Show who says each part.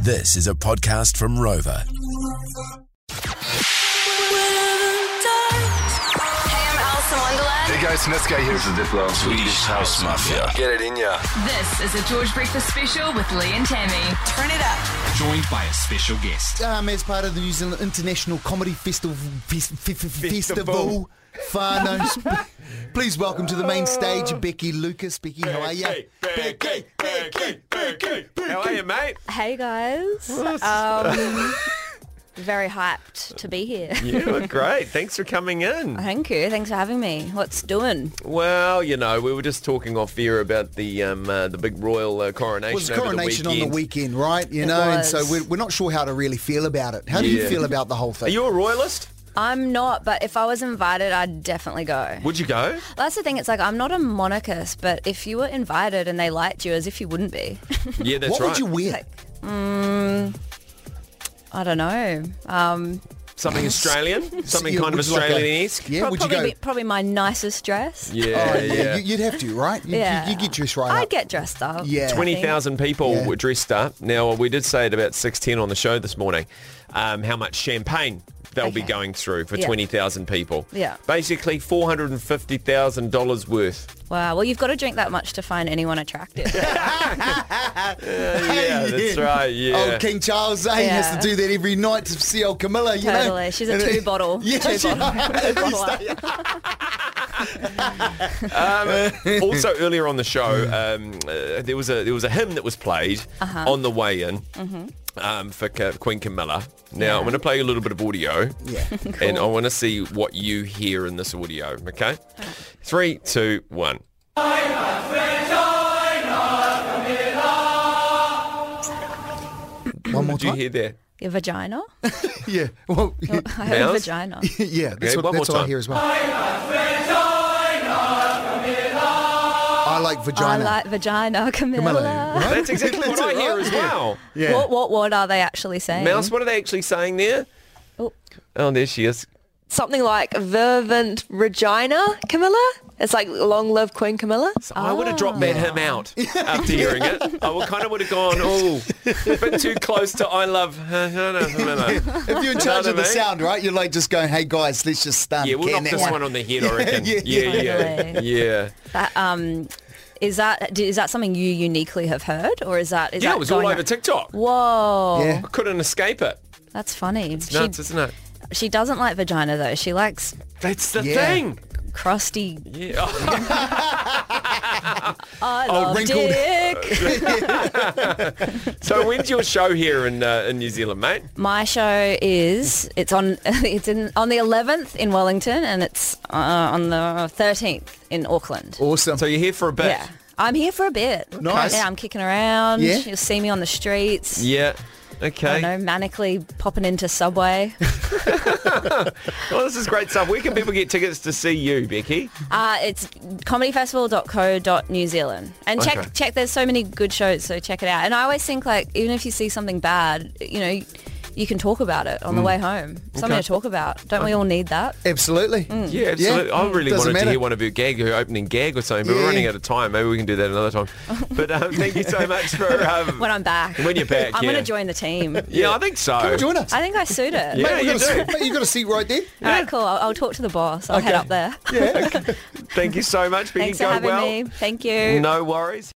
Speaker 1: This is a podcast from Rover.
Speaker 2: Hey, I'm Alice in Wonderland.
Speaker 3: Hey guys, Netsky here. This is Diplo. Swedish House Mafia. Get it in ya.
Speaker 4: This is a George Breakfast Special with Lee and Tammy.
Speaker 2: Turn it up.
Speaker 5: joined by a special guest.
Speaker 6: um, as part of the New Zealand International Comedy Festival. Fest, f- f- festival. Fano. Please welcome to the
Speaker 7: Ah.
Speaker 6: main stage, Becky Lucas. Becky, how are you?
Speaker 8: Becky, Becky, Becky, How are you, mate?
Speaker 7: Hey guys. Um, very hyped to be here.
Speaker 8: You look great. Thanks for coming in.
Speaker 7: Thank you. Thanks for having me. What's doing?
Speaker 8: Well, you know, we were just talking off air about the um, uh, the big royal uh, coronation.
Speaker 6: It was
Speaker 8: over
Speaker 6: coronation
Speaker 8: the
Speaker 6: on the
Speaker 8: weekend.
Speaker 6: weekend, right? You
Speaker 7: It
Speaker 6: know, and
Speaker 7: was.
Speaker 6: so we're, we're not sure how to really feel about it. How do
Speaker 8: Yeah.
Speaker 6: you feel about the whole
Speaker 8: Are
Speaker 6: thing?
Speaker 8: you a royalist?
Speaker 7: I'm not, but if I was invited, I'd definitely go.
Speaker 8: Would you go?
Speaker 7: That's the thing. It's like I'm not a monarchist, but if you were invited and they liked you, as if you wouldn't be.
Speaker 8: Yeah, that's
Speaker 6: what
Speaker 8: right.
Speaker 6: would you wear?
Speaker 7: I don't know. Um,
Speaker 8: Something Australian? Something
Speaker 6: Yeah,
Speaker 8: kind of
Speaker 6: would you like a-
Speaker 8: Australian-esque?
Speaker 6: yeah,
Speaker 7: prob-
Speaker 6: would you
Speaker 7: probably
Speaker 6: go?
Speaker 7: be- probably my nicest dress.
Speaker 8: Yeah,
Speaker 6: oh,
Speaker 8: yeah.
Speaker 6: yeah, you- You'd have to, right? You,
Speaker 7: Yeah.
Speaker 6: You, you get dressed right
Speaker 7: I'd
Speaker 6: up.
Speaker 7: get dressed up.
Speaker 6: Yeah.
Speaker 7: I think.
Speaker 8: 20,000 people
Speaker 6: Yeah.
Speaker 8: were dressed up. Now, we did say at about 6.10 on the show this morning um, how much champagne they'll be
Speaker 7: Okay.
Speaker 8: going through for
Speaker 7: Yeah.
Speaker 8: 20,000 people.
Speaker 7: Yeah.
Speaker 8: Basically $450,000 worth.
Speaker 7: Wow. Well, you've got to drink that much to find anyone attractive.
Speaker 8: Yeah, that's right. Yeah.
Speaker 6: Old King Charles eh? He has
Speaker 7: Yeah.
Speaker 6: to do that every night to see old Camilla. You Know?
Speaker 7: Totally. She's a
Speaker 6: And it-
Speaker 7: two bottle-
Speaker 6: Yeah,
Speaker 7: two
Speaker 6: she-
Speaker 7: bottle- two bottler.
Speaker 8: also earlier on the show, um, uh, there was a there was a hymn that was played on the way in. Um, for Ca- Queen Camilla. Now I'm going to play you a little bit of audio,
Speaker 6: Yeah.
Speaker 8: and I want to see what you hear in this audio. Okay, three, two, one.
Speaker 6: One more
Speaker 8: Did you
Speaker 6: time.
Speaker 8: hear that?
Speaker 7: Your vagina?
Speaker 6: Yeah. Well,
Speaker 7: I heard
Speaker 8: Mouth?
Speaker 7: vagina.
Speaker 6: Yeah, that's
Speaker 8: Okay,
Speaker 6: what,
Speaker 8: one more
Speaker 6: that's what I
Speaker 8: time.
Speaker 6: hear as well. I like vagina.
Speaker 7: I like vagina, Camilla.
Speaker 6: Camilla, right?
Speaker 7: Oh,
Speaker 8: That's exactly what I
Speaker 6: That's it,
Speaker 8: hear
Speaker 6: right?
Speaker 8: as well.
Speaker 6: Yeah.
Speaker 7: What, what what are they actually saying?
Speaker 8: Mouse, what are they actually saying there?
Speaker 7: Oh.
Speaker 8: Oh, there she is.
Speaker 9: something like Vervent Regina Camilla. It's like long live Queen Camilla.
Speaker 8: So I would have
Speaker 7: Ah.
Speaker 8: dropped that him out after hearing it. I would kind of would have gone, oh, a bit too close to I love.
Speaker 6: If you're in charge
Speaker 8: what
Speaker 6: of
Speaker 8: I
Speaker 6: the
Speaker 8: mean?
Speaker 6: sound, right? You're like just going, hey guys, let's just start.
Speaker 8: Yeah, we'll knock this one on the head, I reckon. Yeah,
Speaker 6: Yeah,
Speaker 8: yeah, yeah.
Speaker 7: Totally.
Speaker 8: yeah.
Speaker 7: That, um, is that d- is that something you uniquely have heard, or is that is that
Speaker 8: it was all
Speaker 7: going
Speaker 8: over TikTok.
Speaker 7: Whoa,
Speaker 6: Yeah.
Speaker 8: I couldn't escape it.
Speaker 7: that's funny. She,
Speaker 8: Nuts, isn't it?
Speaker 7: she doesn't like vagina though. She likes
Speaker 8: That's the
Speaker 6: Yeah.
Speaker 8: thing.
Speaker 7: crusty.
Speaker 8: Yeah.
Speaker 7: I
Speaker 8: Oh,
Speaker 7: love
Speaker 6: wrinkled.
Speaker 7: dick.
Speaker 8: so when's your show here in uh, in New Zealand, mate?
Speaker 7: My show is it's on it's in on the 11th in Wellington and it's uh, on the 13th in Auckland.
Speaker 6: Awesome.
Speaker 8: So you're here for a bit.
Speaker 7: Yeah. I'm here for a bit.
Speaker 6: Nice.
Speaker 7: Yeah, I'm kicking around.
Speaker 6: Yeah.
Speaker 7: You'll see me on the streets.
Speaker 8: Yeah.
Speaker 7: I
Speaker 8: Okay.
Speaker 7: don't know, manically popping into Subway.
Speaker 8: Well, this is great stuff. Where can people get tickets to see you, Becky?
Speaker 7: uh, it's comedyfestival.co.newzealand. And check,
Speaker 8: Okay.
Speaker 7: check, there's so many good shows, so check it out. And I always think, like, even if you see something bad, you know, you can talk about it on the way home. Something
Speaker 8: Mm. Okay.
Speaker 7: to talk about. Don't we all need that?
Speaker 6: Absolutely.
Speaker 8: Yeah, absolutely. I really wanted
Speaker 6: Doesn't
Speaker 8: to
Speaker 6: matter.
Speaker 8: hear one of your gag, your opening gag or something, but we're
Speaker 6: Yeah.
Speaker 8: running out of time. Maybe we can do that another time. But um, thank you so much for... Um,
Speaker 7: When I'm back.
Speaker 8: When you're back,
Speaker 7: I'm
Speaker 8: yeah.
Speaker 7: going to join the team.
Speaker 8: yeah, I think so.
Speaker 6: Come join us.
Speaker 7: I think I suit it.
Speaker 8: Yeah,
Speaker 6: Mate,
Speaker 8: you
Speaker 6: we've got a-
Speaker 8: do.
Speaker 6: mate, you got a seat right there.
Speaker 7: All right, cool. I'll, I'll talk to the boss. I'll head up there.
Speaker 8: Thank you so much, Becky.
Speaker 7: Thanks for
Speaker 8: Go
Speaker 7: having
Speaker 8: well.
Speaker 7: me. Thank you.
Speaker 8: No worries.